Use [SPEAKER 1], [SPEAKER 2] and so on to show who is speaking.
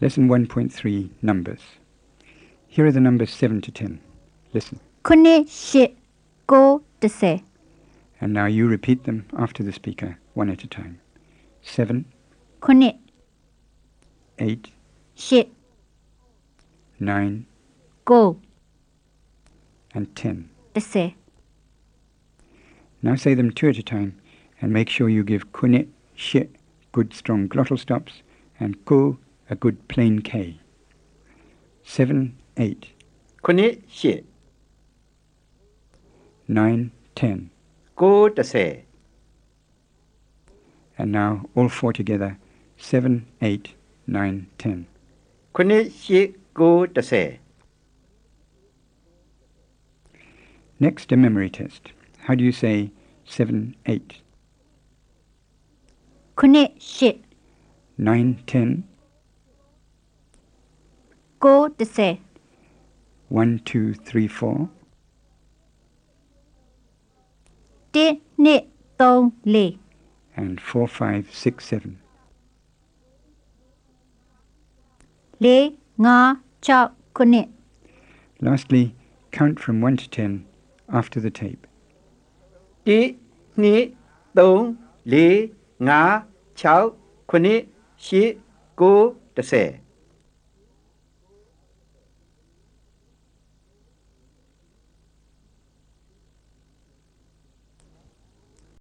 [SPEAKER 1] Lesson 1.3 Numbers. Here are the numbers 7 to 10. Listen.
[SPEAKER 2] 큰일 시, 고, 드세.
[SPEAKER 1] And now you repeat them after the speaker, one at a time. 7,
[SPEAKER 2] 큰일
[SPEAKER 1] 8,
[SPEAKER 2] 시,
[SPEAKER 1] 9,
[SPEAKER 2] 고,
[SPEAKER 1] and 10.
[SPEAKER 2] 드세.
[SPEAKER 1] Now say them two at a time and make sure you give kune, she, good strong glottal stops, and ko, a good plain k. 7, 8,
[SPEAKER 3] Kuni shi
[SPEAKER 1] 9, 10.
[SPEAKER 3] go to say
[SPEAKER 1] And now all four together 7, 8, 9, 10.
[SPEAKER 3] Kuni shi go to say
[SPEAKER 1] Next, a memory test. How do you say 7, 8,
[SPEAKER 2] 큰일 시,
[SPEAKER 1] 9, 10,
[SPEAKER 2] 고, 드세.
[SPEAKER 1] 1, 2, 3, 4,
[SPEAKER 2] 띠, 니, 동, 리.
[SPEAKER 1] and 4, 5, 6, 7?
[SPEAKER 2] 리, 가, 저, 큰일.
[SPEAKER 1] Lastly, count from 1 to 10 after the tape.
[SPEAKER 3] ti ni dong li nga chao kuni shi go to say